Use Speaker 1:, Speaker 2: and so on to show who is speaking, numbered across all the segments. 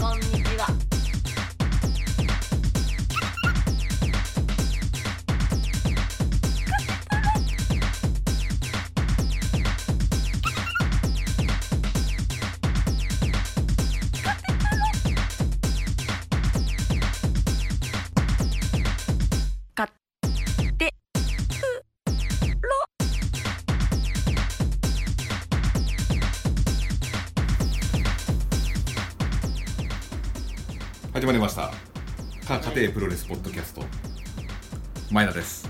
Speaker 1: こんにちは。買ってくろ
Speaker 2: 始まりましたか家庭プロレスポッドキャスト前田です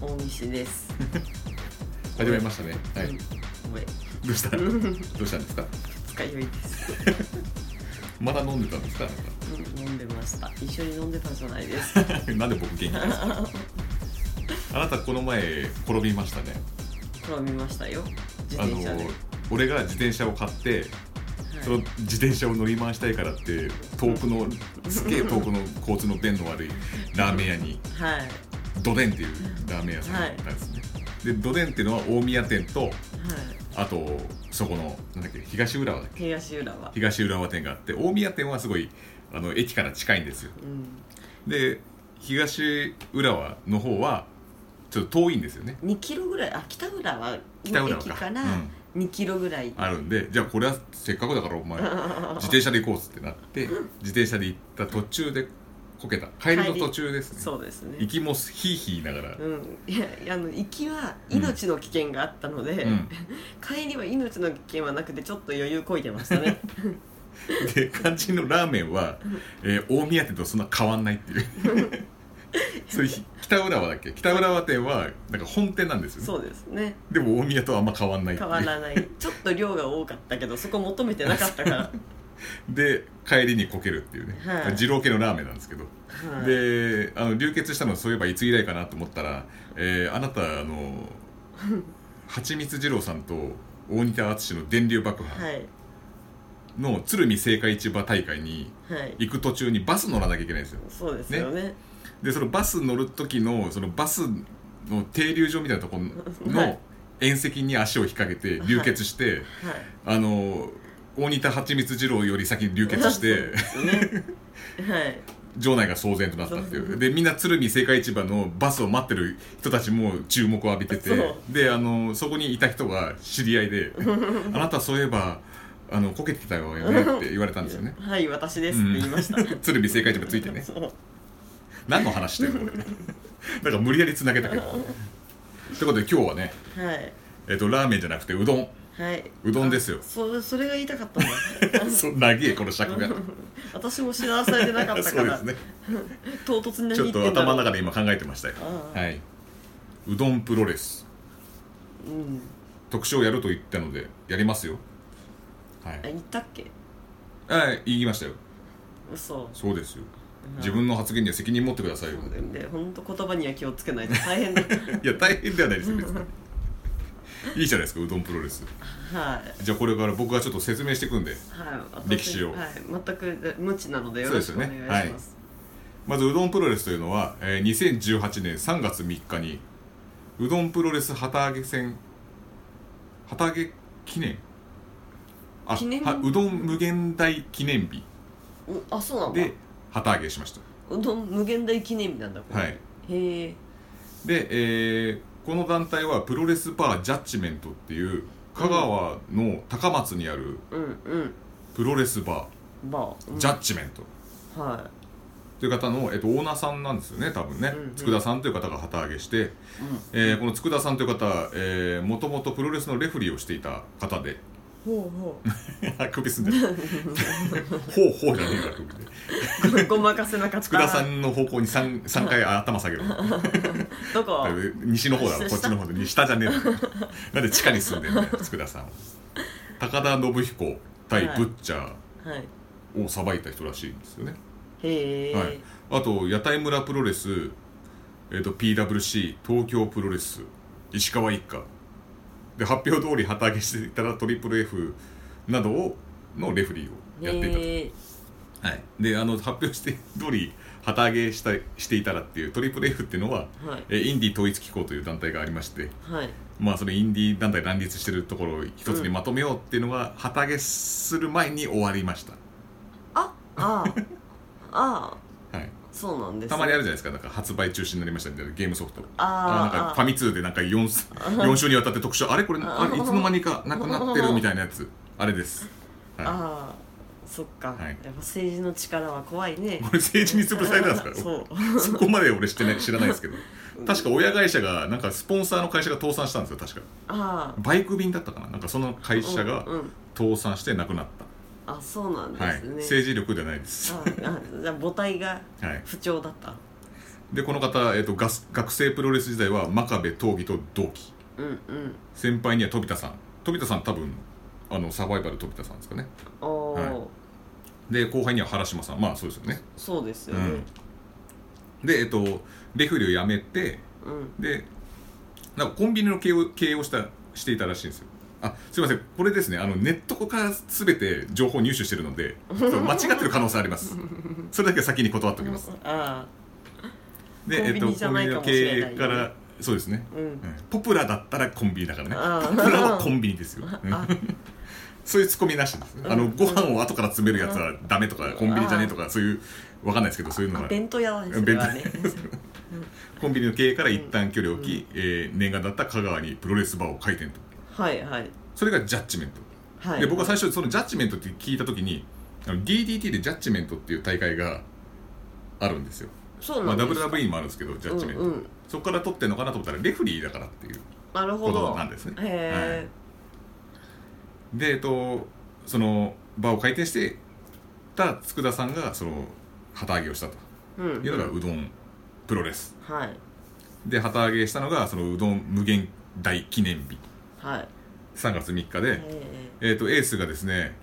Speaker 1: 大西です。
Speaker 2: 始まりましたねはい
Speaker 1: うん。ごめん。
Speaker 2: どう したどうしたんですか
Speaker 1: 二日酔 いです。
Speaker 2: まだ飲んでたんですか
Speaker 1: うん飲んでました。一緒に飲んでたじゃない です。
Speaker 2: なんか なんで僕元気なんですかあなたこの前転びましたね
Speaker 1: これ見ましたよ。自
Speaker 2: あの
Speaker 1: 転車で。
Speaker 2: 俺が自転車を買ってそ
Speaker 1: は
Speaker 2: の
Speaker 1: い
Speaker 2: 自転車を乗り回したいからって遠くのすげえ遠くの交通の便の悪いラーメン屋に
Speaker 1: はい。
Speaker 2: ドデンっていうラーメン屋さんだったんですね、でドデンっていうのは大宮店と
Speaker 1: はい。
Speaker 2: あとそこのなんだっけ東浦和だっけ
Speaker 1: 東浦和。
Speaker 2: 東浦和店があって大宮店はすごいあの駅から近いんですよ
Speaker 1: うん。
Speaker 2: で東浦和の方はちょっと遠いんですよね
Speaker 1: 2キロぐらいあ北浦和
Speaker 2: 北
Speaker 1: の
Speaker 2: 浦和
Speaker 1: 駅
Speaker 2: か
Speaker 1: から
Speaker 2: うん
Speaker 1: 2キロぐらい、
Speaker 2: あるんでじゃあこれはせっかくだから お前自転車で行こうっつってなって自転車で行った途中でこけた帰りの途中ですね
Speaker 1: そうですね
Speaker 2: 行きもヒーヒー言いながら、
Speaker 1: うん、いやあの行きは命の危険があったので、
Speaker 2: うん、
Speaker 1: 帰りは命の危険はなくてちょっと余裕こいてました ね
Speaker 2: で肝心のラーメンは、えー大宮店とそんな変わんないっていう それひ北浦和だっけ北浦和店はなんか本店なんですよね
Speaker 1: そうですね
Speaker 2: でも大宮とあんま変わんないってい
Speaker 1: 変
Speaker 2: う
Speaker 1: わらないちょっと量が多かったけどそこ求めてなかったから、
Speaker 2: で帰りにこけるっていうね、
Speaker 1: はい
Speaker 2: 二郎系のラーメンなんですけど、
Speaker 1: はい
Speaker 2: であの流血したのそういえばいつ以来かなと思ったら、えーあなたあの 蜂蜜二郎さんと大仁田淳の電流爆破
Speaker 1: はい
Speaker 2: の鶴見青果市場大会に
Speaker 1: はい
Speaker 2: 行く途中にバス乗らなきゃいけないんですよ
Speaker 1: そうですよね
Speaker 2: でそのバス乗る時のそのバスの停留所みたいなところ
Speaker 1: は
Speaker 2: の
Speaker 1: い
Speaker 2: 縁石に足を引っ掛けて流血して、
Speaker 1: はい
Speaker 2: あの大仁田蜂蜜二郎より先に流血し
Speaker 1: そう
Speaker 2: て
Speaker 1: ですねはい
Speaker 2: 場内が騒然となったっていうでみんな鶴見青果市場のバスを待ってる人たちも注目を浴びてて
Speaker 1: そう。
Speaker 2: であのそこにいた人が知り合いで「あなたそういえばあのこけてたよね」って言われたんですよね
Speaker 1: はい私 ですって言いました、
Speaker 2: 鶴見青果市場ついてね
Speaker 1: そう
Speaker 2: 何の話 してるの俺なんか無理やりつなげたけどということで今日はね、
Speaker 1: はい
Speaker 2: えっとラーメンじゃなくてうど ん
Speaker 1: はいう
Speaker 2: どんですよ
Speaker 1: そそれが言いたかったんだ
Speaker 2: そ長えこの尺が
Speaker 1: 私も知らされてなかった
Speaker 2: そ
Speaker 1: か
Speaker 2: うで
Speaker 1: ら、
Speaker 2: すね
Speaker 1: 唐突に
Speaker 2: ちょ
Speaker 1: 何言
Speaker 2: っ
Speaker 1: って
Speaker 2: と
Speaker 1: んだ
Speaker 2: 頭
Speaker 1: ろう
Speaker 2: の中で今考えてましたよ
Speaker 1: ああ
Speaker 2: はいうどんプロレス
Speaker 1: うん
Speaker 2: 特集をやると言ったのでやりますよは
Speaker 1: あ
Speaker 2: い、
Speaker 1: 言ったっけ
Speaker 2: はい、言いましたよ
Speaker 1: 嘘
Speaker 2: そうですよ自分の発言には責任持ってくださいよ
Speaker 1: で本当言葉には気をつけないと 大変だ
Speaker 2: いや大変ではないですよ別 にいいじゃないですかうどんプロレス
Speaker 1: はい
Speaker 2: じゃあこれから僕がちょっと説明していくんで
Speaker 1: はい、私
Speaker 2: 歴史を
Speaker 1: はい、全く無知なのでよろしくお願いし
Speaker 2: そうですよねはい
Speaker 1: ます
Speaker 2: まずうどんプロレスというのは、えー2018年3月3日にうどんプロレス旗揚げ戦旗揚げ記念あ
Speaker 1: 記念日
Speaker 2: はうどん無限大記念日
Speaker 1: うあそうなんだ
Speaker 2: で旗揚げしまし
Speaker 1: うどん無限大記念日なんだこ
Speaker 2: た
Speaker 1: れ、
Speaker 2: はい
Speaker 1: へえ
Speaker 2: で、えーこの団体はプロレスバージャッジメントっていう香川の高松にある
Speaker 1: うんうん
Speaker 2: プロレスバ
Speaker 1: まあ、う
Speaker 2: ー
Speaker 1: ん
Speaker 2: ジャッジメント
Speaker 1: は
Speaker 2: という方の、えっと、オーナーさんなんですよね多分ね、
Speaker 1: うんうん
Speaker 2: 佃さんという方が旗揚げして、
Speaker 1: い、うん、
Speaker 2: えーこの佃さんという方はえーもともとプロレスのレフェリーをしていた方で
Speaker 1: ほうほ
Speaker 2: 首すんで るほうほうじゃねえから首で
Speaker 1: うごごまかせなかった
Speaker 2: 佃さんの方向に 3, 三回頭下げろ
Speaker 1: どこ
Speaker 2: 西の方だろ
Speaker 1: 下
Speaker 2: こっちの方で下じゃねえだろなんで地下に住んでんだよ佃 さんは高田信彦対ブッチャ
Speaker 1: はい
Speaker 2: ーをさばいた人らしいんですよね、
Speaker 1: へえ、
Speaker 2: はい、あと屋台村プロレス、えー、と PWC 東京プロレス石川一家で発表通り旗揚げしていたらトリプル F などをのレフェリーをやっていた
Speaker 1: へえ
Speaker 2: と、はい、であの発表して通り旗揚げしたしていたらっていうトリプル F っていうのは、
Speaker 1: はい
Speaker 2: えーインディ統一機構という団体がありまして
Speaker 1: はい
Speaker 2: まあそのインディ団体乱立してるところを一つにまとめようっていうのが旗揚げする前に終わりました、
Speaker 1: あああああ
Speaker 2: はい、
Speaker 1: そうなんですね
Speaker 2: たまにあるじゃないですかなんか発売中止になりましたみたいなゲームソフトあなんか
Speaker 1: あ
Speaker 2: ファミ通でなんか 4, 4週にわたって特集あれこれあれいつの間にかなくなってるみたいなやつあれです、
Speaker 1: あああ
Speaker 2: は
Speaker 1: あそっか、
Speaker 2: はい
Speaker 1: やっぱ政治の力は怖いね
Speaker 2: い、これ政治に潰されたんですか
Speaker 1: そう
Speaker 2: らそこまで俺してない知らないですけど確か親会社がなんかスポンサーの会社が倒産したんですよ確か
Speaker 1: あ
Speaker 2: バイク便だったかななんかその
Speaker 1: あ
Speaker 2: 会社が
Speaker 1: うんうん
Speaker 2: 倒産してなくなった
Speaker 1: あそうなんです
Speaker 2: はい、
Speaker 1: ね、
Speaker 2: 政治力ではないです。は
Speaker 1: ああじゃあ母体が
Speaker 2: い、
Speaker 1: 不調だった
Speaker 2: でこの方、えっとガス学生プロレス時代は真壁闘技と同期
Speaker 1: うんうん
Speaker 2: 先輩には飛田さん飛田さん多分あのサバイバル飛田さんですかね
Speaker 1: おお、
Speaker 2: はいで後輩には原島さんまあそうですよね
Speaker 1: そうですよね
Speaker 2: でえっとレフェリーを辞めて
Speaker 1: うん、
Speaker 2: でなんかコンビニの経営を経営をしたしていたらしいんですよあすいませんこれですねあのネットから全て情報入手してるのでちょっ と間違ってる可能性ありますそれだけは先に断っておきます
Speaker 1: あ
Speaker 2: で
Speaker 1: コンビニ
Speaker 2: えっと
Speaker 1: じゃないかもしれない
Speaker 2: コンビニの経営からそうですね
Speaker 1: あうん
Speaker 2: うんポプラだったらコンビニだからね
Speaker 1: あー
Speaker 2: ポプラはコンビニですようん
Speaker 1: あ
Speaker 2: そういうツッコミなしです、あのご飯を後から詰めるやつはダメとか、コンビニじゃねえとかそういうわかんないですけどそういうの
Speaker 1: あ
Speaker 2: が
Speaker 1: 弁当屋はね
Speaker 2: うん
Speaker 1: それはね
Speaker 2: 弁コンビニの経営から一旦距離を置き、えー念願だった香川にプロレスバーを開店と
Speaker 1: はいはい
Speaker 2: それがジャッジメント、
Speaker 1: はい
Speaker 2: で僕は最初そのジャッジメントって聞いた時にあの DDT でジャッジメントっていう大会があるんですよ
Speaker 1: そう
Speaker 2: ま
Speaker 1: な
Speaker 2: あ、
Speaker 1: んですか、
Speaker 2: WWE もあるんですけどジャッジメント、
Speaker 1: うんうん
Speaker 2: そこから取ってんのかなと思ったらレフリーだからっていう
Speaker 1: なる
Speaker 2: こ
Speaker 1: ほ
Speaker 2: と
Speaker 1: ど
Speaker 2: なんですね
Speaker 1: へ
Speaker 2: でえっとそのバーを開店してた佃さんがその旗揚げをしたと
Speaker 1: えうん
Speaker 2: いうのがうどんプロレス
Speaker 1: はい
Speaker 2: で旗揚げしたのがそのうどん無限大記念日
Speaker 1: はい
Speaker 2: 3月3日で、
Speaker 1: ええ
Speaker 2: えー、とエースがですね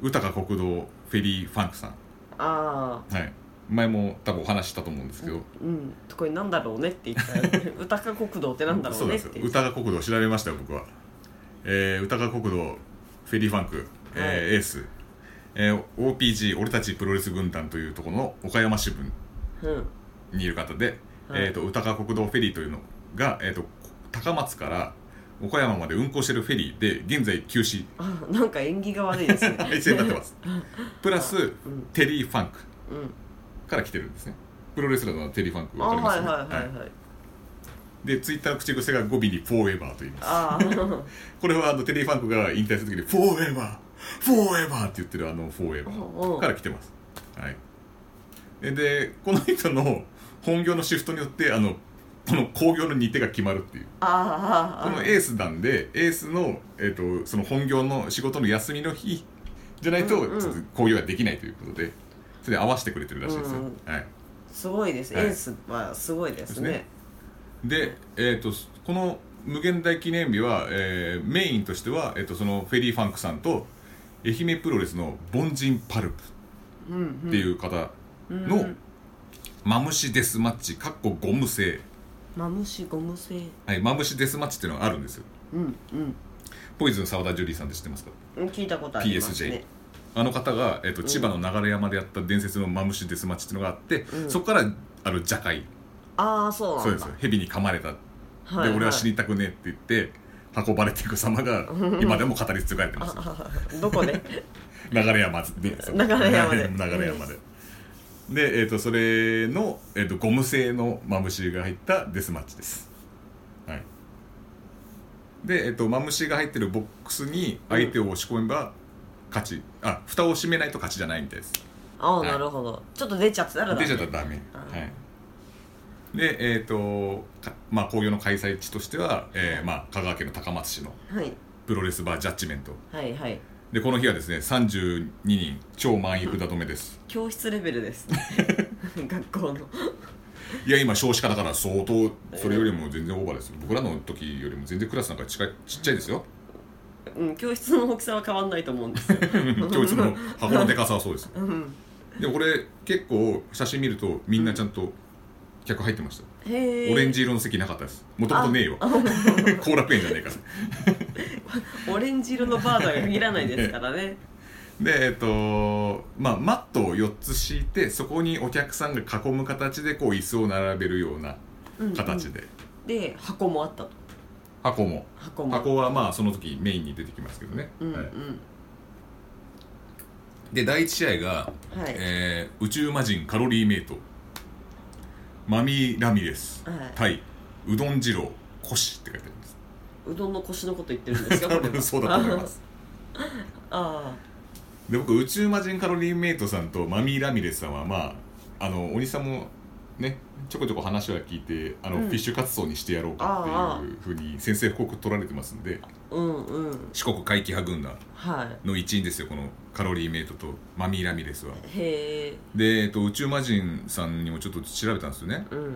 Speaker 2: 歌か国道フェリーファンクさん、
Speaker 1: あ
Speaker 2: はい、前も多分お話ししたと思うんですけど、
Speaker 1: あうんこれなんだろうねって言 ったら歌か国道ってなんだろ
Speaker 2: そううな
Speaker 1: ね
Speaker 2: ん
Speaker 1: っ
Speaker 2: です
Speaker 1: て
Speaker 2: よ歌が国道調べましたよ僕は、えー、歌が国道フェリーファンク、えーエース、えー OPG 俺たちプロレス軍団というところの岡山支部
Speaker 1: うん
Speaker 2: にいる方で、
Speaker 1: はい
Speaker 2: えー、と歌川国道フェリーというのが、えー、と高松から岡山まで運行しているフェリーで現在休 止
Speaker 1: あなんか縁起が悪いですね
Speaker 2: 廃線になってますプラス
Speaker 1: うん
Speaker 2: テリー・ファンク
Speaker 1: うん
Speaker 2: から来てるんですねプロレスラーのテリー・ファンク
Speaker 1: あ
Speaker 2: わかりま
Speaker 1: は
Speaker 2: す
Speaker 1: い
Speaker 2: よね
Speaker 1: はいはいはい、
Speaker 2: でツイッターの口癖が語尾に「フォーエバー」と言います
Speaker 1: ああ
Speaker 2: これはあのテリー・ファンクが引退する時に「フォーエバーフォーエバー」って言ってるあの「フォーエバー」
Speaker 1: おうおう
Speaker 2: から来てますはいででこの人の本業のシフトによってあのこの興行の日程が決まるっていう
Speaker 1: あ
Speaker 2: こ
Speaker 1: ーあ
Speaker 2: の
Speaker 1: ー
Speaker 2: エースなんでエースの、えー、とその本業の仕事の休みの日じゃないと
Speaker 1: うんうん
Speaker 2: ちょっと興行はできないということでそれで合わせてくれてるらしいですよ、
Speaker 1: うん
Speaker 2: はい、
Speaker 1: すごいです、
Speaker 2: はい
Speaker 1: エースはすごいですね
Speaker 2: で、えー、とこの無限大記念日は、えーメインとしては、えー、とそのフェリー・ファンクさんと愛媛プロレスの凡人パルプ
Speaker 1: うん
Speaker 2: っていう方
Speaker 1: うん
Speaker 2: の、マムシデスマッチかっこゴム製、
Speaker 1: マムシゴム製
Speaker 2: はい、マムシデスマッチっていうのがあるんですよ
Speaker 1: うんうん
Speaker 2: ポイズン澤田ジュリーさんって知ってますか
Speaker 1: うん聞いたことありますね
Speaker 2: あの方が、えー、と千葉の流山でやった伝説のマムシデスマッチっていうのがあって、
Speaker 1: うん
Speaker 2: そこからあの蛇界
Speaker 1: ああそうなんだ
Speaker 2: そうですよ蛇に噛まれた
Speaker 1: は
Speaker 2: で俺は死にたくねえって言って運ばれていく様が 今でも語り継がれてます
Speaker 1: あ あどこで
Speaker 2: 流山で
Speaker 1: 流山で
Speaker 2: 流山でで、えー、とそれの、えー、とゴム製のマムシが入ったデスマッチですはいで、えー、とマムシが入ってるボックスに相手を押し込めば勝ち、あ蓋を閉めないと勝ちじゃないみたいです
Speaker 1: ああ
Speaker 2: はい
Speaker 1: なるほどちょっと出ちゃったら
Speaker 2: 出ちゃったらダメ、
Speaker 1: あ
Speaker 2: はい、でえっ、とかまあ興行の開催地としては、えーまあ、香川県の高松市の
Speaker 1: はい
Speaker 2: プロレスバージャッジメント
Speaker 1: はいはい
Speaker 2: でこの日はですね32人超満員札止めです
Speaker 1: 教室レベルですね 学校の
Speaker 2: いや今少子化だから相当それよりも全然オーバーです僕らの時よりも全然クラスなんか近いちっちゃいですよ
Speaker 1: うん教室の大きさは変わんないと思うんですよ
Speaker 2: 教室の箱のでかさはそうです
Speaker 1: うん
Speaker 2: でもこれ結構写真見るとみんなちゃんと客入ってました、
Speaker 1: へえ
Speaker 2: オレンジ色の席なかったですもともとねえよ 後楽園じゃねえから
Speaker 1: オレンジ色のバードは限らないですから ね
Speaker 2: でえっとまあマットを4つ敷いてそこにお客さんが囲む形でこう椅子を並べるような
Speaker 1: うんうん
Speaker 2: 形で、
Speaker 1: で箱もあったと
Speaker 2: 箱も
Speaker 1: 箱も
Speaker 2: 箱はまあその時メインに出てきますけどね、
Speaker 1: うんう
Speaker 2: はい
Speaker 1: ん
Speaker 2: で第1試合が、
Speaker 1: はい、
Speaker 2: えー宇宙魔人カロリーメイトマミー・ラミレス、
Speaker 1: はい
Speaker 2: タイうどん二郎コシって書いてあります
Speaker 1: うどんの腰のこと言ってるんですか
Speaker 2: 多
Speaker 1: これ
Speaker 2: 分
Speaker 1: は
Speaker 2: そうだと思います
Speaker 1: あ
Speaker 2: で僕宇宙魔人カロリーメイトさんとマミー・ラミレスさんはまああの鬼さんもねちょこちょこ話は聞いてあの、
Speaker 1: うん
Speaker 2: フィッシュ活動にしてやろうかっていうふうに先生報告取られてますんで
Speaker 1: あうんうん
Speaker 2: 四国怪奇派軍団
Speaker 1: は
Speaker 2: の一員ですよこのカロリーメイトとマミー・ラミレスはい
Speaker 1: へえ
Speaker 2: で、えっと、宇宙魔人さんにもちょっと調べたんですよね
Speaker 1: うん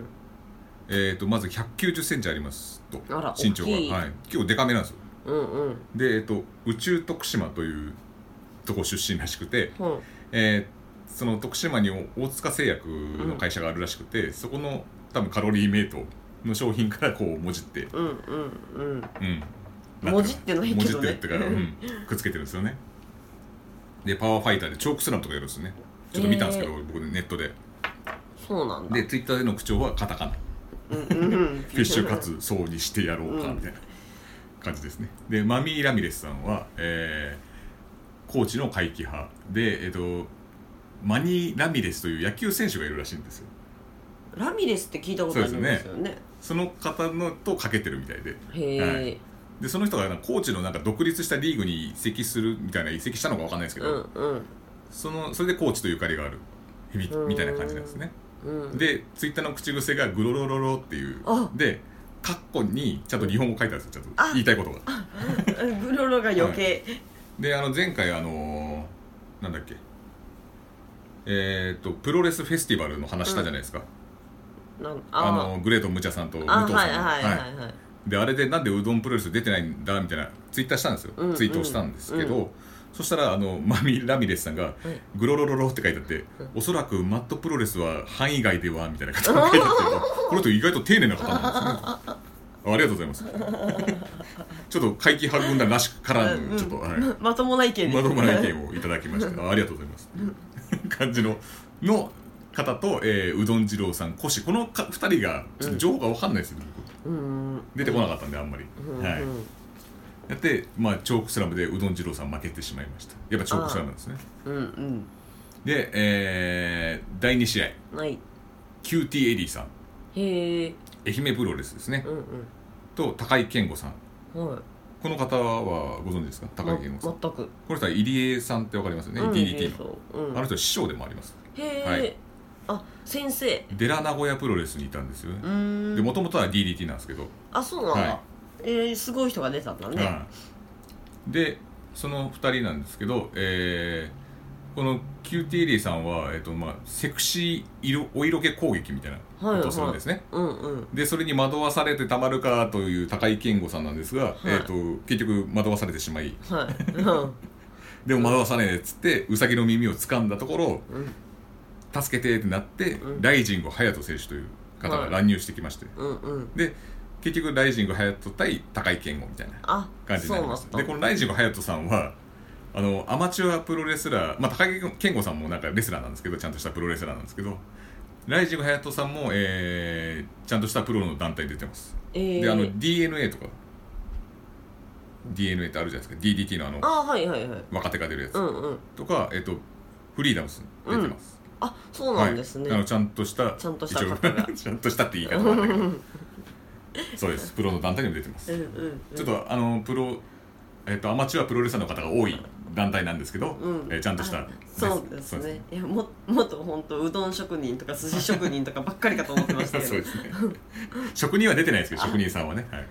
Speaker 2: えー、とまず1 9 0ンチありますと
Speaker 1: あら
Speaker 2: 身長が、
Speaker 1: 大きい
Speaker 2: はい、結構デカめなんですよ
Speaker 1: うんうん
Speaker 2: で、えー、と宇宙徳島というとこ出身らしくて、
Speaker 1: ほん
Speaker 2: えーその徳島に大塚製薬の会社があるらしくて、そこの多分カロリーメイトの商品からこうもじって、
Speaker 1: うんうんうん
Speaker 2: うん、
Speaker 1: もじってないけど
Speaker 2: も
Speaker 1: ね
Speaker 2: じってるってから、うん、くっつけてるんですよねでパワーファイターでチョークスラムとかやるんですよねちょっと見たんですけど、
Speaker 1: え
Speaker 2: 僕ネットで
Speaker 1: そうなんだ
Speaker 2: でツイッターでの口調はカタカナ
Speaker 1: うんうんうん
Speaker 2: フィッシュ活そうにしてやろうかみたいな感じですね。でマミー・ラミレスさんは、えー、コーチの怪奇派で、えっとマニー・ラミレスという野球選手がいるらしいんですよ。
Speaker 1: ラミレスって聞いたことありますよね
Speaker 2: その方のとかけてるみたいで
Speaker 1: へえ、
Speaker 2: はいでその人がなんかコーチのなんか独立したリーグに移籍するみたいな移籍したのかわかんないですけ
Speaker 1: う
Speaker 2: ど、
Speaker 1: んうん
Speaker 2: そのそれでコーチとゆかりがある響きみたいな感じなんですね。
Speaker 1: うん
Speaker 2: でツイッターの口癖がグロロロロっていう
Speaker 1: あ
Speaker 2: でカッコにちゃんと日本語書いてあるんですよちゃん
Speaker 1: あ
Speaker 2: と言いたいことが。
Speaker 1: グロロが余計、
Speaker 2: であの前回あのーなんだっけえっ、とプロレスフェスティバルの話したじゃないですか、
Speaker 1: なん
Speaker 2: あ
Speaker 1: あ
Speaker 2: のグレートムチャさんと武
Speaker 1: あ
Speaker 2: 藤
Speaker 1: は
Speaker 2: さ
Speaker 1: い
Speaker 2: んの
Speaker 1: はい
Speaker 2: は
Speaker 1: はいいはい
Speaker 2: であれでなんでうどんプロレス出てないんだみたいなツイッターしたんですよ、
Speaker 1: うん
Speaker 2: ツイートをしたんですけど、
Speaker 1: う
Speaker 2: そしたらあのマミ・ラミレスさんが「グロロロロ」って書いてあって、おそらくマットプロレスは範囲外ではみたいな方 が書いてあってこの人意外と丁寧な方なんですねありがとうござい ますちょっと怪奇派軍団らしから
Speaker 1: う
Speaker 2: ぬ
Speaker 1: ん
Speaker 2: ちょっと、はい、
Speaker 1: ままともな意見です
Speaker 2: まともな意見をいただきましたあありがとうございます感じのの方と、えーうどん二郎さんコシこのか2人がちょっと情報が分かんないですよね、僕
Speaker 1: うん
Speaker 2: 出てこなかったんであんまり、
Speaker 1: うん
Speaker 2: はい
Speaker 1: うん
Speaker 2: やって、まあ、チョークスラムでうどん二郎さん負けてしまいましたやっぱチョークスラムなんですね
Speaker 1: うん
Speaker 2: で、えー第2試合
Speaker 1: うんはい
Speaker 2: キューティーエリーさん
Speaker 1: へえ
Speaker 2: 愛媛プロレスですね、
Speaker 1: うん
Speaker 2: と高井健吾さん
Speaker 1: うんはい
Speaker 2: この方はご存知ですか高井健吾さん、
Speaker 1: ま全く
Speaker 2: この人は入江さんってわかりますよね、
Speaker 1: うん
Speaker 2: DDT の、
Speaker 1: うん
Speaker 2: あの人は師匠でもあります
Speaker 1: へえ、
Speaker 2: はい
Speaker 1: あ先生
Speaker 2: デラ名古屋プロレスにいたんですよね、
Speaker 1: うーん
Speaker 2: で元々は DDT なんですけど、
Speaker 1: あそうなんだ、
Speaker 2: はい
Speaker 1: えー、すごい人が出たんだね、
Speaker 2: はいでその2人なんですけど、えーこのキューティーリーさんは、えっとまあ、セクシー色お色気攻撃みたいなことをするんですね、
Speaker 1: うんうん
Speaker 2: でそれに惑わされてたまるかという高井健吾さんなんですが、
Speaker 1: い
Speaker 2: えっと結局惑わされてしまい
Speaker 1: はいうん
Speaker 2: でも惑わさねえっつってウサギの耳を掴んだとこ
Speaker 1: うん
Speaker 2: ろ助けてってなって、
Speaker 1: うん
Speaker 2: ライジング隼人選手という方が乱入してきまして、
Speaker 1: うんうん
Speaker 2: で結局ライジング隼人対高井健吾みたいな
Speaker 1: あ
Speaker 2: 感じになりま
Speaker 1: そ
Speaker 2: す
Speaker 1: うな
Speaker 2: で
Speaker 1: んだ
Speaker 2: このライジング隼人さんはあのアマチュアプロレスラー、まあ、高木健吾さんもなんかレスラーなんですけどちゃんとしたプロレスラーなんですけどライジング隼人さんも、えー、ちゃんとしたプロの団体に出てます、
Speaker 1: えー、
Speaker 2: であの DNA とか DNA ってあるじゃないですか DDT のあの
Speaker 1: あはいはいはい
Speaker 2: 若手が出るやつ
Speaker 1: うんうん
Speaker 2: とか、えっとフリーダムスに出てます、
Speaker 1: あそうなんですね、
Speaker 2: はい、あのちゃんとした
Speaker 1: ちゃんとした
Speaker 2: 一応
Speaker 1: 方が
Speaker 2: ちゃんとしたって言い方なんだけ どそうですプロの団体にも出てます
Speaker 1: うんうんうん
Speaker 2: ちょっとあのプロ、えっとアマチュアプロレスラーの方が多い団体なんですけど、
Speaker 1: うん
Speaker 2: えーちゃんとした
Speaker 1: あそうですねいやももっと本当うどん職人とか寿司職人とかばっかりかと思ってまし た
Speaker 2: そう
Speaker 1: け
Speaker 2: です
Speaker 1: ど
Speaker 2: そうですね職人は出てないですけど職人さんはね、はい、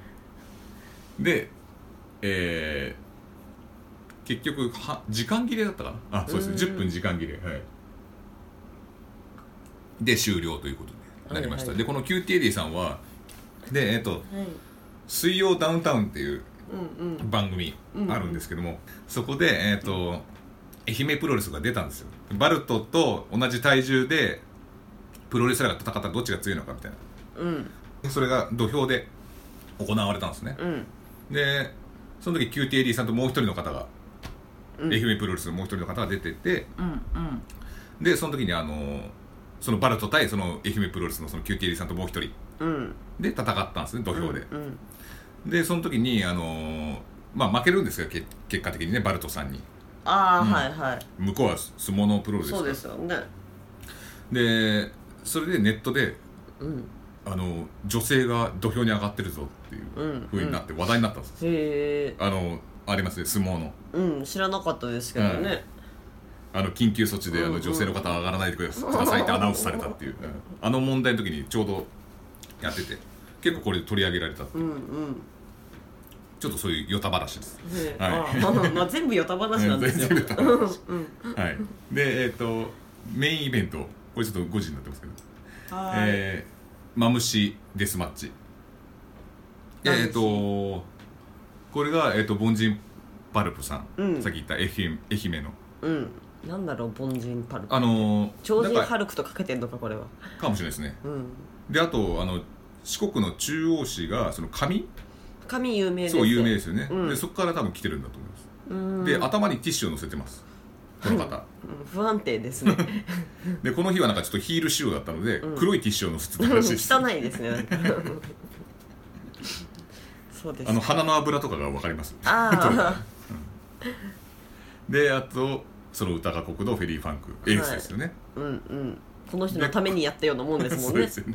Speaker 2: でえー結局は時間切れだったかなあそうです
Speaker 1: うん
Speaker 2: 10分時間切れはいで終了ということになりました、
Speaker 1: はいはい
Speaker 2: でこの QTD さんはでえっ、と
Speaker 1: はい
Speaker 2: 「水曜ダウンタウン」っていう
Speaker 1: うんうん
Speaker 2: 番組あるんですけども、そこで、えー、と愛媛プロレスが出たんですよバルトと同じ体重でプロレスラーが戦ったらどっちが強いのかみたいな
Speaker 1: うん
Speaker 2: でそれが土俵で行われたんですね
Speaker 1: うん
Speaker 2: でその時 QTAD さんともう一人の方が、
Speaker 1: うん
Speaker 2: 愛媛プロレスのもう一人の方が出てて
Speaker 1: うんうん
Speaker 2: でその時にあのーそのバルト対その愛媛プロレスのその QTAD さんともう一人
Speaker 1: うん
Speaker 2: で戦ったんですね土俵で、
Speaker 1: うん
Speaker 2: でその時にあのーまあ負けるんですよけ結果的にねバルトさんに
Speaker 1: ああ、
Speaker 2: うん
Speaker 1: はいはい
Speaker 2: 向こうは相撲のプロですか
Speaker 1: そう
Speaker 2: ら
Speaker 1: ですよね
Speaker 2: でそれでネットで
Speaker 1: うん
Speaker 2: あの女性が土俵に上がってるぞっていう
Speaker 1: うん
Speaker 2: ふうになって話題になったんです、
Speaker 1: へえ
Speaker 2: あのありますね相撲の
Speaker 1: うん知らなかったですけどね、
Speaker 2: あの緊急措置であ
Speaker 1: うんう
Speaker 2: の
Speaker 1: ん
Speaker 2: 女性の方は上がらないでくださいってアナウンスされたっていう、うんあの問題の時にちょうどやってて結構これで取り上げられた
Speaker 1: うん、うん
Speaker 2: ちょっとそういうヨタ話です
Speaker 1: ね
Speaker 2: はい
Speaker 1: あー まあ全部ヨタ話なんですよ
Speaker 2: 全部ヨタ話
Speaker 1: うんうん
Speaker 2: はいでえっ、とメインイベントこれちょっと5時になってますけど、
Speaker 1: はーい
Speaker 2: えーマムシデスマッチ
Speaker 1: マムシ
Speaker 2: えっ、とこれが、えー、と凡人パルプさん、
Speaker 1: うん
Speaker 2: さっき言った愛媛愛媛の
Speaker 1: うんなんだろう凡人パルプ
Speaker 2: あのー
Speaker 1: 超人
Speaker 2: なん
Speaker 1: ハルクとかけてんのかこれは
Speaker 2: かかもしれないですね
Speaker 1: うん
Speaker 2: であとあの四国の中央市がその紙
Speaker 1: 髪有名です
Speaker 2: そう有名ですよね、
Speaker 1: うん
Speaker 2: でそこから多分来てるんだと思います、
Speaker 1: うん
Speaker 2: で頭にティッシュを乗せてますこの方
Speaker 1: うん不安定ですね
Speaker 2: でこの日はなんかちょっとヒール仕様だったので、
Speaker 1: うん
Speaker 2: 黒いティッシュを乗せてたらしいです
Speaker 1: 汚いですねなんかそうです
Speaker 2: あの鼻の油とかが分かります
Speaker 1: あ
Speaker 2: であとその歌が国道フェリーファンクエースですよね、
Speaker 1: あうんうんこの人のためにやったようなもんですも
Speaker 2: そ
Speaker 1: ん
Speaker 2: うで
Speaker 1: ね
Speaker 2: すよね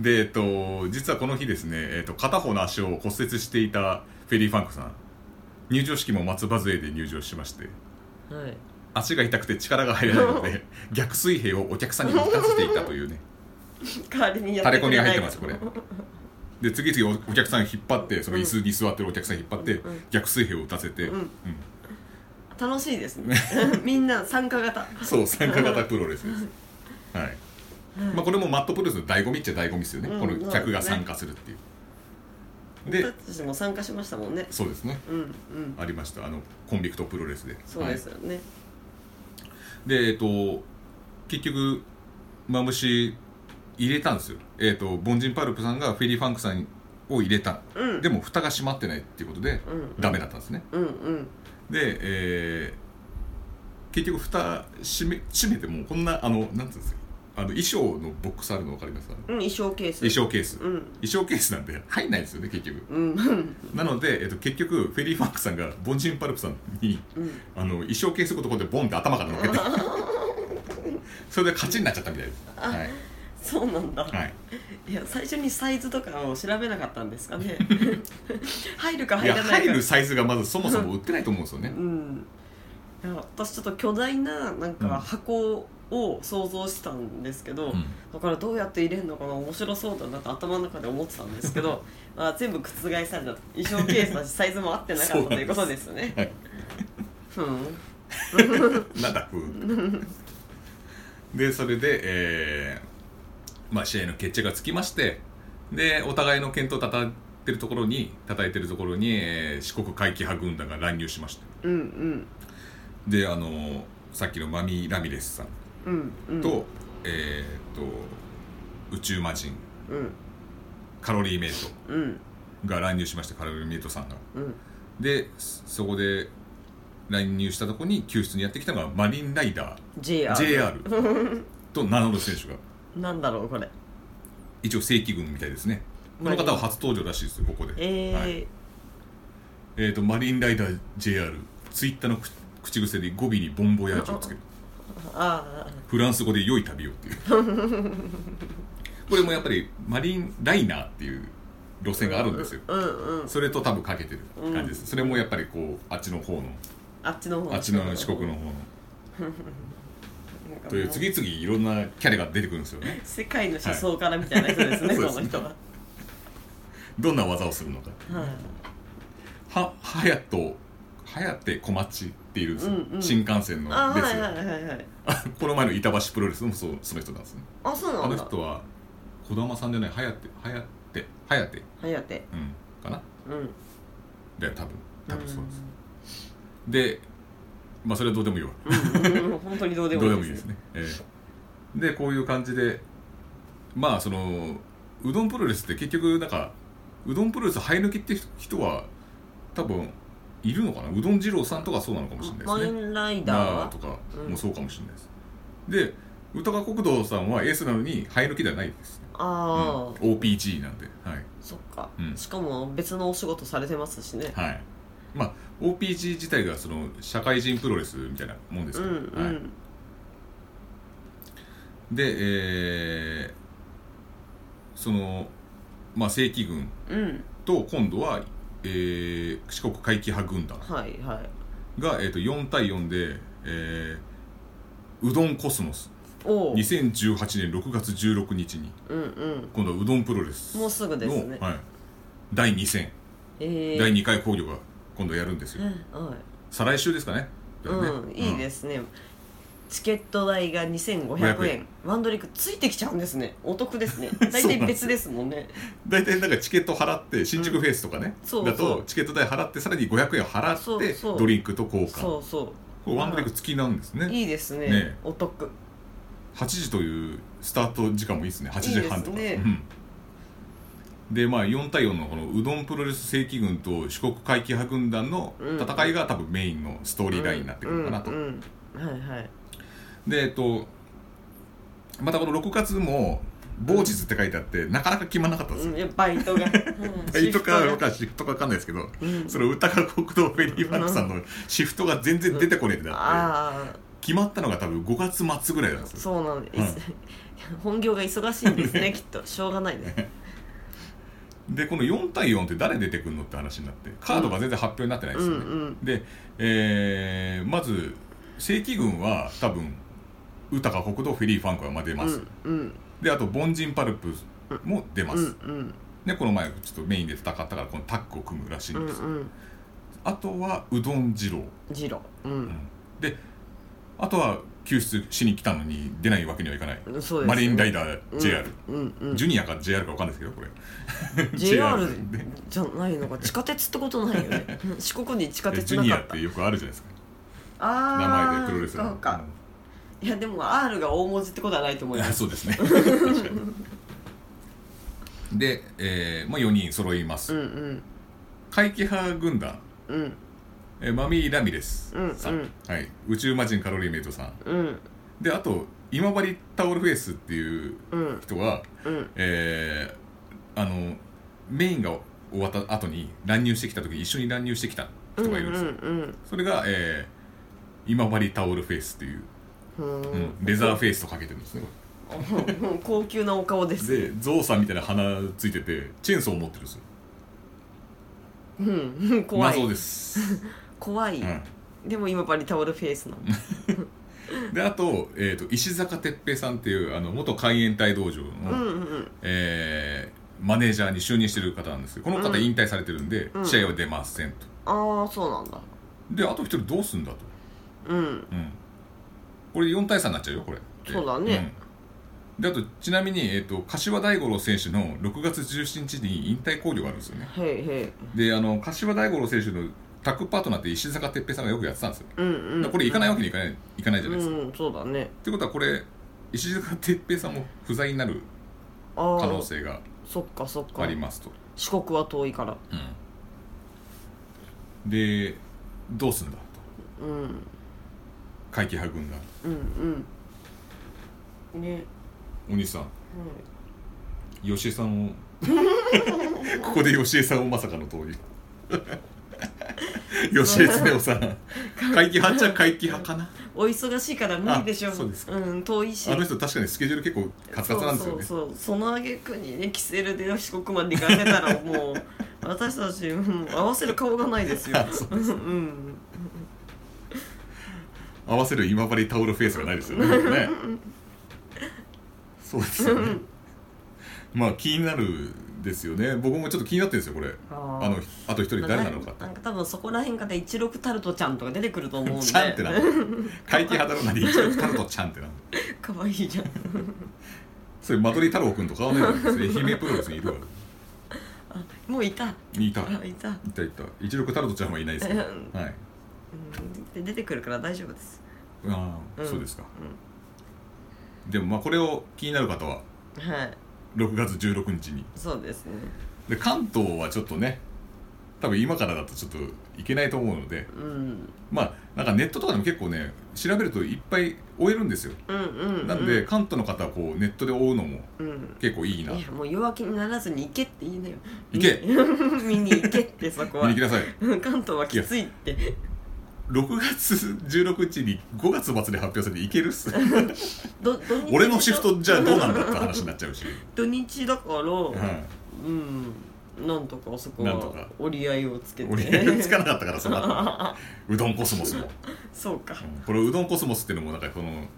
Speaker 2: でえっと実はこの日ですね、えっと、片方の足を骨折していたフェリーファンクさん入場式も松葉杖で入場しまして
Speaker 1: はい
Speaker 2: 足が痛くて力が入らないの で逆水平をお客さんに持たせていたというね
Speaker 1: 代わりに や
Speaker 2: タ
Speaker 1: って
Speaker 2: レ
Speaker 1: く
Speaker 2: コミ
Speaker 1: れ
Speaker 2: が
Speaker 1: な
Speaker 2: 入っ
Speaker 1: い
Speaker 2: てますこれで次々おお客さん引っ張ってその椅子に座ってるお客さん引っ張って
Speaker 1: うん
Speaker 2: 逆水平を打たせて、
Speaker 1: うん
Speaker 2: うん
Speaker 1: 楽しいです ねみんな参加型
Speaker 2: そう参加型プロレスですはい、まあ、これもマットプロレスの醍醐味っちゃ醍醐味ですよね、
Speaker 1: うん
Speaker 2: この客が参加するっていうで
Speaker 1: 僕たちも参加しましたもんね
Speaker 2: そうですね
Speaker 1: うんうん
Speaker 2: ありましたあのコンビクトプロレスで
Speaker 1: そうです
Speaker 2: は
Speaker 1: よね、
Speaker 2: いでえっと結局マムシ入れたんですよえっと凡人パルプさんがフェリーファンクさんを入れた
Speaker 1: うん
Speaker 2: でも蓋が閉まってないっていうことで
Speaker 1: うん
Speaker 2: ダメだったんですね
Speaker 1: うんうん
Speaker 2: で、えー結局蓋閉め閉めてもこんなあのなんていうんですかあの衣装のボックスあるの分かりますあの
Speaker 1: うん衣装ケース
Speaker 2: 衣装ケース、
Speaker 1: う
Speaker 2: 衣
Speaker 1: ん
Speaker 2: 装ケースなんて入んないですよね結局
Speaker 1: うんうん
Speaker 2: なので、えっと、結局フェリー・ファンクさんが凡人パルプさんに
Speaker 1: うん
Speaker 2: あの衣装ケースごとこうやってボンって頭から乗っけ てそれで勝ちになっちゃったみたいですはい、
Speaker 1: そうなんだ、
Speaker 2: はい、
Speaker 1: い、や最初にサイズとかを調べなかったんですか ね入るか
Speaker 2: い
Speaker 1: 入
Speaker 2: や
Speaker 1: らないか
Speaker 2: 入るサイズがまずそもそも売ってないと思うんですよね
Speaker 1: うんいや私ちょっと巨大ななん
Speaker 2: うん
Speaker 1: か箱を想像してたんですけど、
Speaker 2: うん
Speaker 1: だからどうやって入れるのかな面白そうだなって頭の中で思ってたんですけどまあ全部覆された衣装ケースだしサイズも合ってなかったということですね
Speaker 2: はい
Speaker 1: う ん
Speaker 2: なんだふうでそれで、えーまあ、試合の決着がつきましてでお互いの健闘をたたってるところに叩いてるところに、えー四国怪奇派軍団が乱入しまして
Speaker 1: うん
Speaker 2: であのーさっきのマミー・ラミレスさん
Speaker 1: うんうんうん
Speaker 2: と,、えーと宇宙魔人
Speaker 1: うん
Speaker 2: カロリー・メイト
Speaker 1: うん
Speaker 2: が乱入しましてカロリー・メイトさんが
Speaker 1: うん
Speaker 2: でそこで乱入したとこに救出にやってきたのがマリンライダー
Speaker 1: JR,
Speaker 2: JR と名乗る選手が
Speaker 1: なんだろうこれ
Speaker 2: 一応正規軍みたいですねこの方は初登場らしいですよここで
Speaker 1: えー
Speaker 2: はいえーとマリンライダー JR ツイッターの口口癖で語尾にボンボヤージュを つける
Speaker 1: あ
Speaker 2: フランス語で良い旅をっていう これもやっぱりマリンライナーっていう路線があるんですよ
Speaker 1: あうんうん
Speaker 2: それと多分かけてる感じです、それもやっぱりこうあっちの方の
Speaker 1: あっちの方
Speaker 2: あっちの四国の方の
Speaker 1: なんかも
Speaker 2: という次々いろんなキャラが出てくるんですよね
Speaker 1: 世界の思想家らみたいな人ですね、
Speaker 2: はい
Speaker 1: この人はは
Speaker 2: どんな技をするのか
Speaker 1: い
Speaker 2: ははやとはやて小町っているんですよ、
Speaker 1: うんうん
Speaker 2: 新幹線の
Speaker 1: あ
Speaker 2: ですよ、
Speaker 1: はいはいはいはい
Speaker 2: あ この前の板橋プロレスもそうその人なんですね
Speaker 1: あそう
Speaker 2: あ
Speaker 1: なん
Speaker 2: の
Speaker 1: だ
Speaker 2: 人は児玉さんじゃないはやてはやてはやて
Speaker 1: 颯
Speaker 2: うんかな
Speaker 1: うん
Speaker 2: だよ多分多分そうです、でまあそれはどうでもいいわ
Speaker 1: うん うん本当にどうで
Speaker 2: ど
Speaker 1: も
Speaker 2: うで
Speaker 1: いい
Speaker 2: もいいですね、ええでこういう感じでまあそのうどんプロレスって結局なんかうどんプロレス生え抜きって人は多分いるのかなうどん二郎さんとかそうなのかもしれない
Speaker 1: マ
Speaker 2: で
Speaker 1: イ
Speaker 2: すね
Speaker 1: ンライダー
Speaker 2: なあ
Speaker 1: は
Speaker 2: とか
Speaker 1: うん
Speaker 2: もそうかもしれないです、で歌川国道さんはエースなのに生え抜きではないです、うん
Speaker 1: ああ、
Speaker 2: OPG なんではい
Speaker 1: そっか、
Speaker 2: うん
Speaker 1: しかも別のお仕事されてますしね
Speaker 2: はいまあ OPG 自体がその社会人プロレスみたいなもんです
Speaker 1: うん
Speaker 2: けど、
Speaker 1: う
Speaker 2: はい
Speaker 1: ん
Speaker 2: で、えーその、まあ、正規軍
Speaker 1: うん
Speaker 2: と今度は、えー四国怪奇派軍団
Speaker 1: はいはい
Speaker 2: が、えー、と4対4で、えーうどんコスモス
Speaker 1: おお
Speaker 2: 2018年6月16日に
Speaker 1: うんうん
Speaker 2: 今度はうどんプロレスの
Speaker 1: もうすぐですね
Speaker 2: はい、第2戦、
Speaker 1: ええ
Speaker 2: 第2回興行が今度やるんですよ、
Speaker 1: はい
Speaker 2: 再来週ですかねだよね、
Speaker 1: うん、いいですすね、チケット代が2500
Speaker 2: 500
Speaker 1: 円
Speaker 2: 円
Speaker 1: ワンドリンクついてきちゃうんですねお得ですね大
Speaker 2: そうな
Speaker 1: 体
Speaker 2: んで
Speaker 1: 別
Speaker 2: す
Speaker 1: ですもんね
Speaker 2: うん大体なんかチケット払って新宿フェイスとかね、
Speaker 1: そう
Speaker 2: だ
Speaker 1: そう
Speaker 2: とチケット代払ってさらに500円払って
Speaker 1: そうそう
Speaker 2: ドリンクと交換
Speaker 1: そうそ
Speaker 2: これワンブレイク付きなんです
Speaker 1: う
Speaker 2: ね
Speaker 1: いいですね
Speaker 2: ねえ
Speaker 1: お得
Speaker 2: 8時というスタート時間もいいですね8時半とか
Speaker 1: いいです
Speaker 2: うん、でまあ4対4のこのうどんプロレス正規軍と四国怪奇派軍団の戦いが多分メインのストーリーラインになってくるのかなと、
Speaker 1: うんうんうんはいはい
Speaker 2: でえっとまたこの6月も「某日」って書いてあってなかなか決まんなかったんです
Speaker 1: う
Speaker 2: よ、
Speaker 1: んいやバイ トが
Speaker 2: バイトか
Speaker 1: シ
Speaker 2: なん
Speaker 1: フトが
Speaker 2: かシフトかわかんないですけど、
Speaker 1: うん
Speaker 2: その歌川国道フェリーバンクさんのシフトが全然出てこねえんだって、
Speaker 1: ああ
Speaker 2: 決まったのが多分5月末ぐらいなんですよ
Speaker 1: そうなんです、
Speaker 2: うん
Speaker 1: 本業が忙しいん ですねきっとしょうがないです
Speaker 2: でこの4対4って誰出てくるのって話になってカードが全然発表になってないで
Speaker 1: う
Speaker 2: す
Speaker 1: ん
Speaker 2: よ
Speaker 1: う
Speaker 2: ね、
Speaker 1: ん
Speaker 2: で、えーまず正規軍は多分歌か国道フェリーファンクはまあ出
Speaker 1: う
Speaker 2: ます、
Speaker 1: んうん
Speaker 2: であと凡人パルプも出ま
Speaker 1: うんう
Speaker 2: す、
Speaker 1: ん
Speaker 2: でこの前ちょっとメインで戦ったからこのタッグを組むらしい
Speaker 1: うんん
Speaker 2: です、
Speaker 1: うん
Speaker 2: あとはうどん二郎、
Speaker 1: ジローうん
Speaker 2: であとは救出しに来たのに出ないわけにはいかない、
Speaker 1: うんそうですね
Speaker 2: マリンライダー JR、
Speaker 1: うんうん
Speaker 2: ジュニアか JR かわかんないですけどこれ
Speaker 1: JR
Speaker 2: で
Speaker 1: じゃな いのか地下鉄ってことないよねうん四国に地下
Speaker 2: え
Speaker 1: 鉄
Speaker 2: ジ
Speaker 1: な
Speaker 2: ュニ
Speaker 1: か
Speaker 2: ア
Speaker 1: っ
Speaker 2: ったてよくあるじゃないですか名前
Speaker 1: あー
Speaker 2: でプロレスラーの
Speaker 1: そうかいやでも R が大文字ってことはないと思 いま
Speaker 2: あ
Speaker 1: す
Speaker 2: そうですね確かにで、えーまあ、4人揃いま
Speaker 1: う
Speaker 2: す、
Speaker 1: んうん
Speaker 2: 怪奇派軍団、
Speaker 1: うん
Speaker 2: えーマミー・ラミレスさん、
Speaker 1: うん
Speaker 2: はい、宇宙魔人カロリー・メイトさん
Speaker 1: うん
Speaker 2: であと今治タオルフェイスっていう
Speaker 1: うん
Speaker 2: 人は、
Speaker 1: うん
Speaker 2: えーあのメインが終わった後に乱入してきた時に一緒に乱入してきた人がいるんですよ、
Speaker 1: うん
Speaker 2: それが、えー今治タオルフェイスっていう、
Speaker 1: うんう
Speaker 2: うん
Speaker 1: ん
Speaker 2: レザーフェイスとかけてるんですねこれ
Speaker 1: うん 高級なお顔です
Speaker 2: でゾウさんみたいな鼻ついててチェーンソー持ってるんですよ
Speaker 1: うんうん 怖
Speaker 2: 謎
Speaker 1: い
Speaker 2: です、
Speaker 1: 怖い
Speaker 2: うん
Speaker 1: でも今治タオルフェイスなの
Speaker 2: であと,、えー、と石坂哲平さんっていうあの元海援隊道場の、
Speaker 1: うんうん
Speaker 2: えーマネージャーに就任してる方なんですけどこの
Speaker 1: う
Speaker 2: 方
Speaker 1: ん
Speaker 2: 引退されてるんで、
Speaker 1: うん
Speaker 2: 試合は出ませんと
Speaker 1: ああそうなんだ
Speaker 2: であと一人どうすんだと、
Speaker 1: うん
Speaker 2: うん、これ4対3になっちゃうよこれ
Speaker 1: そうだね、
Speaker 2: うんであとちなみに、えー、と柏大五郎選手の6月17日に引退考慮があるんですよね
Speaker 1: へいへい
Speaker 2: であの柏大五郎選手のタッグパートナーって石坂哲平さんがよくやってたんですよ
Speaker 1: うんう
Speaker 2: だから
Speaker 1: んうん
Speaker 2: これ行かないわ
Speaker 1: け
Speaker 2: けにいかないいかないじゃないですか、
Speaker 1: うんそうだね
Speaker 2: ってことはこれ石塚哲平さんも不在になる
Speaker 1: あ
Speaker 2: 可
Speaker 1: あ
Speaker 2: 能性が
Speaker 1: そっかそっか
Speaker 2: ありますと、
Speaker 1: 四国は遠いから
Speaker 2: でどうすんだと
Speaker 1: うん
Speaker 2: 怪奇派軍が
Speaker 1: うんうんね
Speaker 2: お兄さん
Speaker 1: うん
Speaker 2: 吉江さ んをここで吉江さんをまさかの通り 吉江恒夫さん怪奇派っちゃ怪奇派かな
Speaker 1: お忙しいから無理でしょ
Speaker 2: あそうですか
Speaker 1: ん遠いし
Speaker 2: あの人確かにスケジュール結構カツカツなんですよね
Speaker 1: そうそうそうその挙句にねキセルで四国まで行かせたらもう 私たちもう合わせる顔がないですよ
Speaker 2: あそう
Speaker 1: うんうん
Speaker 2: 合わせる今治タオルフェイスがないですよねねそうですよねまあ気になるですよね僕もちょっと気になってるんですよこれ
Speaker 1: あー
Speaker 2: あのあと一人誰なのかって
Speaker 1: なんか多分そこら辺から一六タルトちゃんとか出てくると思うんで
Speaker 2: ちゃんってな会計肌の中で一応タルトちゃんってな
Speaker 1: かわいいじゃん
Speaker 2: それマトリ太郎君と変わらないですね愛媛プロレスにいるわ
Speaker 1: あもういた
Speaker 2: いた
Speaker 1: あいた、
Speaker 2: いたいた一力タルトちゃんはいないですけどは
Speaker 1: うん
Speaker 2: い
Speaker 1: うん、で出てくるから大丈夫です
Speaker 2: ああ、
Speaker 1: うん
Speaker 2: そうですか、でもまあこれを気になる方は
Speaker 1: はい
Speaker 2: 6月16日に
Speaker 1: そうですね
Speaker 2: で関東はちょっとね多分今からだとちょっといけないと思うので
Speaker 1: うん
Speaker 2: まあなんかネットとかでも結構ね調べるといっぱい追えるんですよ、
Speaker 1: うんうん、うん、
Speaker 2: なんで関東の方はこうネットで追うのも
Speaker 1: うん
Speaker 2: 結構いいな、
Speaker 1: いやもう弱気にならずに行けって言いなよ
Speaker 2: 行け
Speaker 1: 見 に行けってそ
Speaker 2: 見
Speaker 1: こは
Speaker 2: に来なさい
Speaker 1: うん 関東はきついって
Speaker 2: 6月16日に5月末で発表されていけるっ す
Speaker 1: ど土日
Speaker 2: 俺のシフトじゃどうなんだって話になっちゃう し、
Speaker 1: 土日だから、
Speaker 2: う
Speaker 1: うんなんとかあそこ
Speaker 2: なんとか
Speaker 1: は折り合いをつけ
Speaker 2: ん、
Speaker 1: て
Speaker 2: 俺つかなかったからその後 うどんコスモスも、
Speaker 1: そうか
Speaker 2: うんこれうどんコスモスっていうのもなんかこの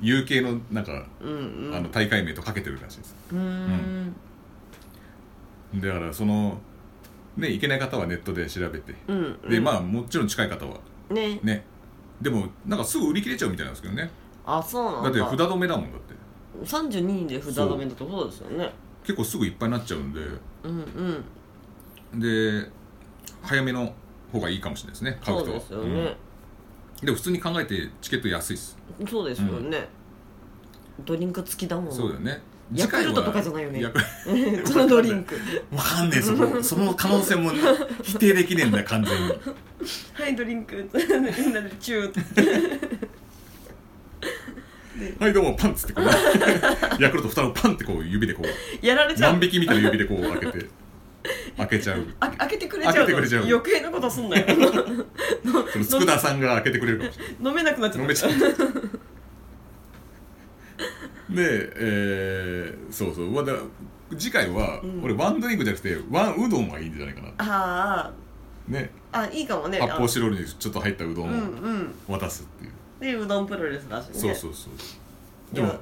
Speaker 2: 有形のなんか、
Speaker 1: うんうん
Speaker 2: あの大会名とかけてるらしいです
Speaker 1: うーん
Speaker 2: だからそのね行けない方はネットで調べて
Speaker 1: うんうん
Speaker 2: でまあもちろん近い方は
Speaker 1: ね
Speaker 2: ねでもなんかすぐ売り切れちゃうみたいなんですけどね
Speaker 1: あそうな
Speaker 2: だっ
Speaker 1: ん
Speaker 2: て
Speaker 1: だ
Speaker 2: 札止めだもんだって
Speaker 1: 32人で札止めだとそうですよね
Speaker 2: 結構すぐいっぱいになっちゃうんで
Speaker 1: うんうん
Speaker 2: で早めの方がいいかもしれないですね買う
Speaker 1: そう
Speaker 2: 人は
Speaker 1: ですよ
Speaker 2: う
Speaker 1: ね、
Speaker 2: んでも普通に考えてチケット安いっす、
Speaker 1: そうですよね、ドリンク付きだもん
Speaker 2: そうだ よね
Speaker 1: ヤクルトとかじゃ
Speaker 2: ない
Speaker 1: ないよ
Speaker 2: ヤ
Speaker 1: ね
Speaker 2: クル
Speaker 1: そのドリ ンク
Speaker 2: トわかんねえそのその可能性も否定できねえんだよ完全に
Speaker 1: はいドリンクみんなでチューって
Speaker 2: はいどうもパンっつってこう ヤクルト蓋をパンってこう指でこう
Speaker 1: やられちゃ
Speaker 2: 万
Speaker 1: う
Speaker 2: 引きみたいな指でこう開けて開けちゃう
Speaker 1: あ開けてくれちゃうの
Speaker 2: 開けてくれちゃう
Speaker 1: 余計なことすんなよ
Speaker 2: その佃さんが開けてくれるかもしれない
Speaker 1: 飲めなくなっちゃ
Speaker 2: 飲
Speaker 1: っ
Speaker 2: め
Speaker 1: た
Speaker 2: ちゃうで、えー、そうそうまだ次回は、
Speaker 1: ん
Speaker 2: 俺ワンドリンクじゃなくてワンうどんがいいんじゃないかな
Speaker 1: あ
Speaker 2: ね
Speaker 1: ああいいかもね
Speaker 2: 発泡スチロールにちょっと入ったうど
Speaker 1: あのうん
Speaker 2: を
Speaker 1: うん
Speaker 2: 渡すっていう、
Speaker 1: でうどんプロレスだしね
Speaker 2: そうそうそうで
Speaker 1: い
Speaker 2: も
Speaker 1: や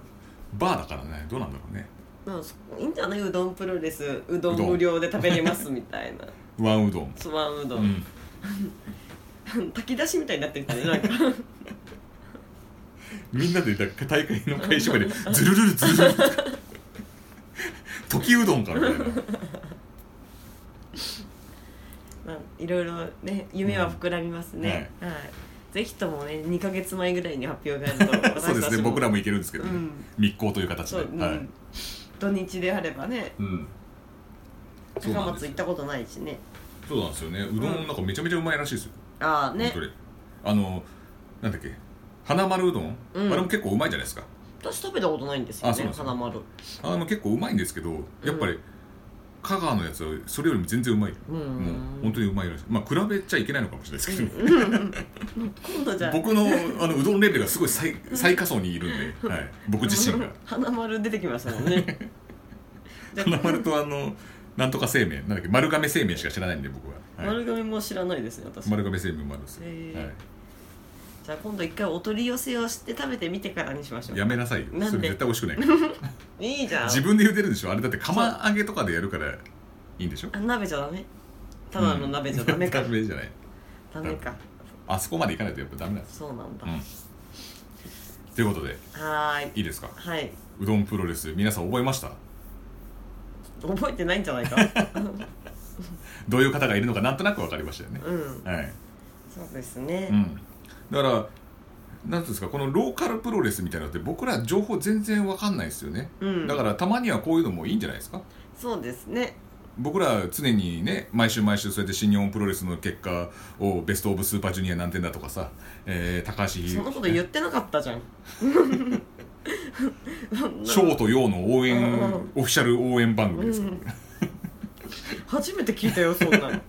Speaker 2: バーだからねどうなんだろうね
Speaker 1: なんかそいいんじゃないうどんプロレスうど
Speaker 2: うんどん
Speaker 1: 無料で食べれますみたいな
Speaker 2: ワンうどん
Speaker 1: つまんうど、
Speaker 2: うんん
Speaker 1: 炊き出しみたいになってき たねなんか
Speaker 2: みんなでだ大会の開始までズルルルズ ルルル時うどんからみたいな
Speaker 1: まあいろいろね夢は膨らみますね、はいぜひともね2か月前ぐらいに発表がある と
Speaker 2: そうですね僕らも行けるんですけどね、
Speaker 1: うん
Speaker 2: 密航という形で
Speaker 1: そう、うん
Speaker 2: はい、
Speaker 1: 土日であればね
Speaker 2: うんそう
Speaker 1: 高
Speaker 2: なんで
Speaker 1: 松
Speaker 2: す
Speaker 1: 行
Speaker 2: よ
Speaker 1: ったことないしね
Speaker 2: そうなんですよねうどんなんかめちゃめちゃうまいらしいですよ、
Speaker 1: ああね
Speaker 2: 本当にあのなんだっけ花丸うどん、
Speaker 1: うん
Speaker 2: あれも結構うまいじゃないですか
Speaker 1: 私食べたことないんですよ
Speaker 2: あそうなん
Speaker 1: ね
Speaker 2: ですね
Speaker 1: 花丸
Speaker 2: あれも結構うまいんですけどやっぱり香川のやつはそれよりも全然うまい
Speaker 1: うん
Speaker 2: もう本当にうまいらしいまあ比べちゃいけないのかもしれないですけど、
Speaker 1: うんうんうん今度じゃあ
Speaker 2: 僕のあのうどんレベルがすごい最最下層にいるんで、はい、僕自身が
Speaker 1: 花丸出てきましたもんねじゃあ
Speaker 2: 花丸とあのなんとか製麺なんだっけ丸亀製麺しか知らないんで僕は、はい、
Speaker 1: 丸亀も知らないですね私
Speaker 2: 丸亀製麺もあるんですよ、
Speaker 1: へ
Speaker 2: は
Speaker 1: ー
Speaker 2: い
Speaker 1: じゃあ今度一回お取り寄せをして食べてみてからにしましょう
Speaker 2: やめなさいよ
Speaker 1: なんで
Speaker 2: それ絶対美味しく ないから
Speaker 1: いいじゃん
Speaker 2: 自分で茹でるんでしょあれだって釜揚げとかでやるからいいんでしょ
Speaker 1: あ鍋じゃダメただの鍋じゃダメか、
Speaker 2: うん ダメじゃない
Speaker 1: ダメか
Speaker 2: あそこまでいかないとやっぱダメなんです
Speaker 1: そうなんだ、
Speaker 2: うんということで
Speaker 1: はーい
Speaker 2: いいですか
Speaker 1: はいう
Speaker 2: どんプロレス皆さん覚えました
Speaker 1: 覚えてないんじゃないか
Speaker 2: どういう方がいるのかなんとなく分かりましたよね、
Speaker 1: うん
Speaker 2: はい、
Speaker 1: そうですね、
Speaker 2: うん、だからなんていうんですかこのローカルプロレスみたいなのって僕ら情報全然分かんないですよね、
Speaker 1: うん
Speaker 2: だからたまにはこういうのもいいんじゃないですか
Speaker 1: そうですね
Speaker 2: 僕ら常にね毎週毎週そうやって新日本プロレスの結果をベスト・オブ・スーパージュニア何点だとかさ、えー、高橋
Speaker 1: そんなこと言ってなかった じゃん
Speaker 2: ショーと陽の応援、
Speaker 1: うんうん
Speaker 2: オフィシャル応援番組ですか
Speaker 1: 初めて聞いたよそんなの
Speaker 2: ら、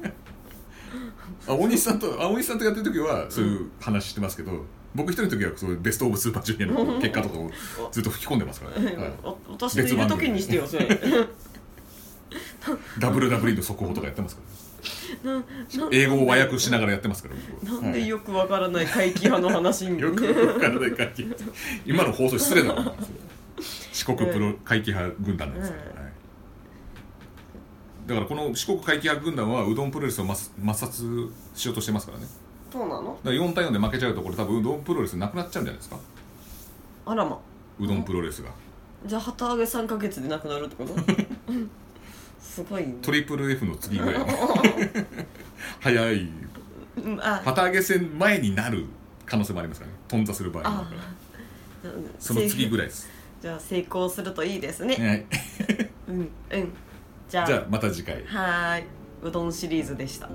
Speaker 2: あ大西さんとあ大西さんとやってる時はそういう話してますけど、僕一人の時はそういうベスト・オブ・スーパージュニアの結果とかをずっと吹き込んでますからね、はい
Speaker 1: お私のいる時にしてよそれ
Speaker 2: WWE の速報とかやってますから、
Speaker 1: な
Speaker 2: 英語を和訳しながらやってますから僕は
Speaker 1: なんでよくわからない怪奇派の話に
Speaker 2: よく 分からない会議今の放送失礼だな四国プロ会議派軍団なんですから、
Speaker 1: うん
Speaker 2: はいだからこの四国会議派軍団はうどんプロレスを抹抹殺しようとしてますからね
Speaker 1: そうなの
Speaker 2: だから4対4で負けちゃうとこれ多分うどんプロレスなくなっちゃうんじゃないですか
Speaker 1: あらま
Speaker 2: うどんプロレスが
Speaker 1: じゃあ旗揚げ3ヶ月でなくなるってことすごいね
Speaker 2: トリプル F の次ぐらい早い
Speaker 1: うんあ
Speaker 2: 旗揚げ戦前になる可能性もありますからね頓挫する場合もあるからその次ぐら
Speaker 1: らい
Speaker 2: いです
Speaker 1: じゃあ成功するといいですね
Speaker 2: はい、
Speaker 1: うんうんじゃあ
Speaker 2: じゃあまた次回。
Speaker 1: はーいうどんシリーズでした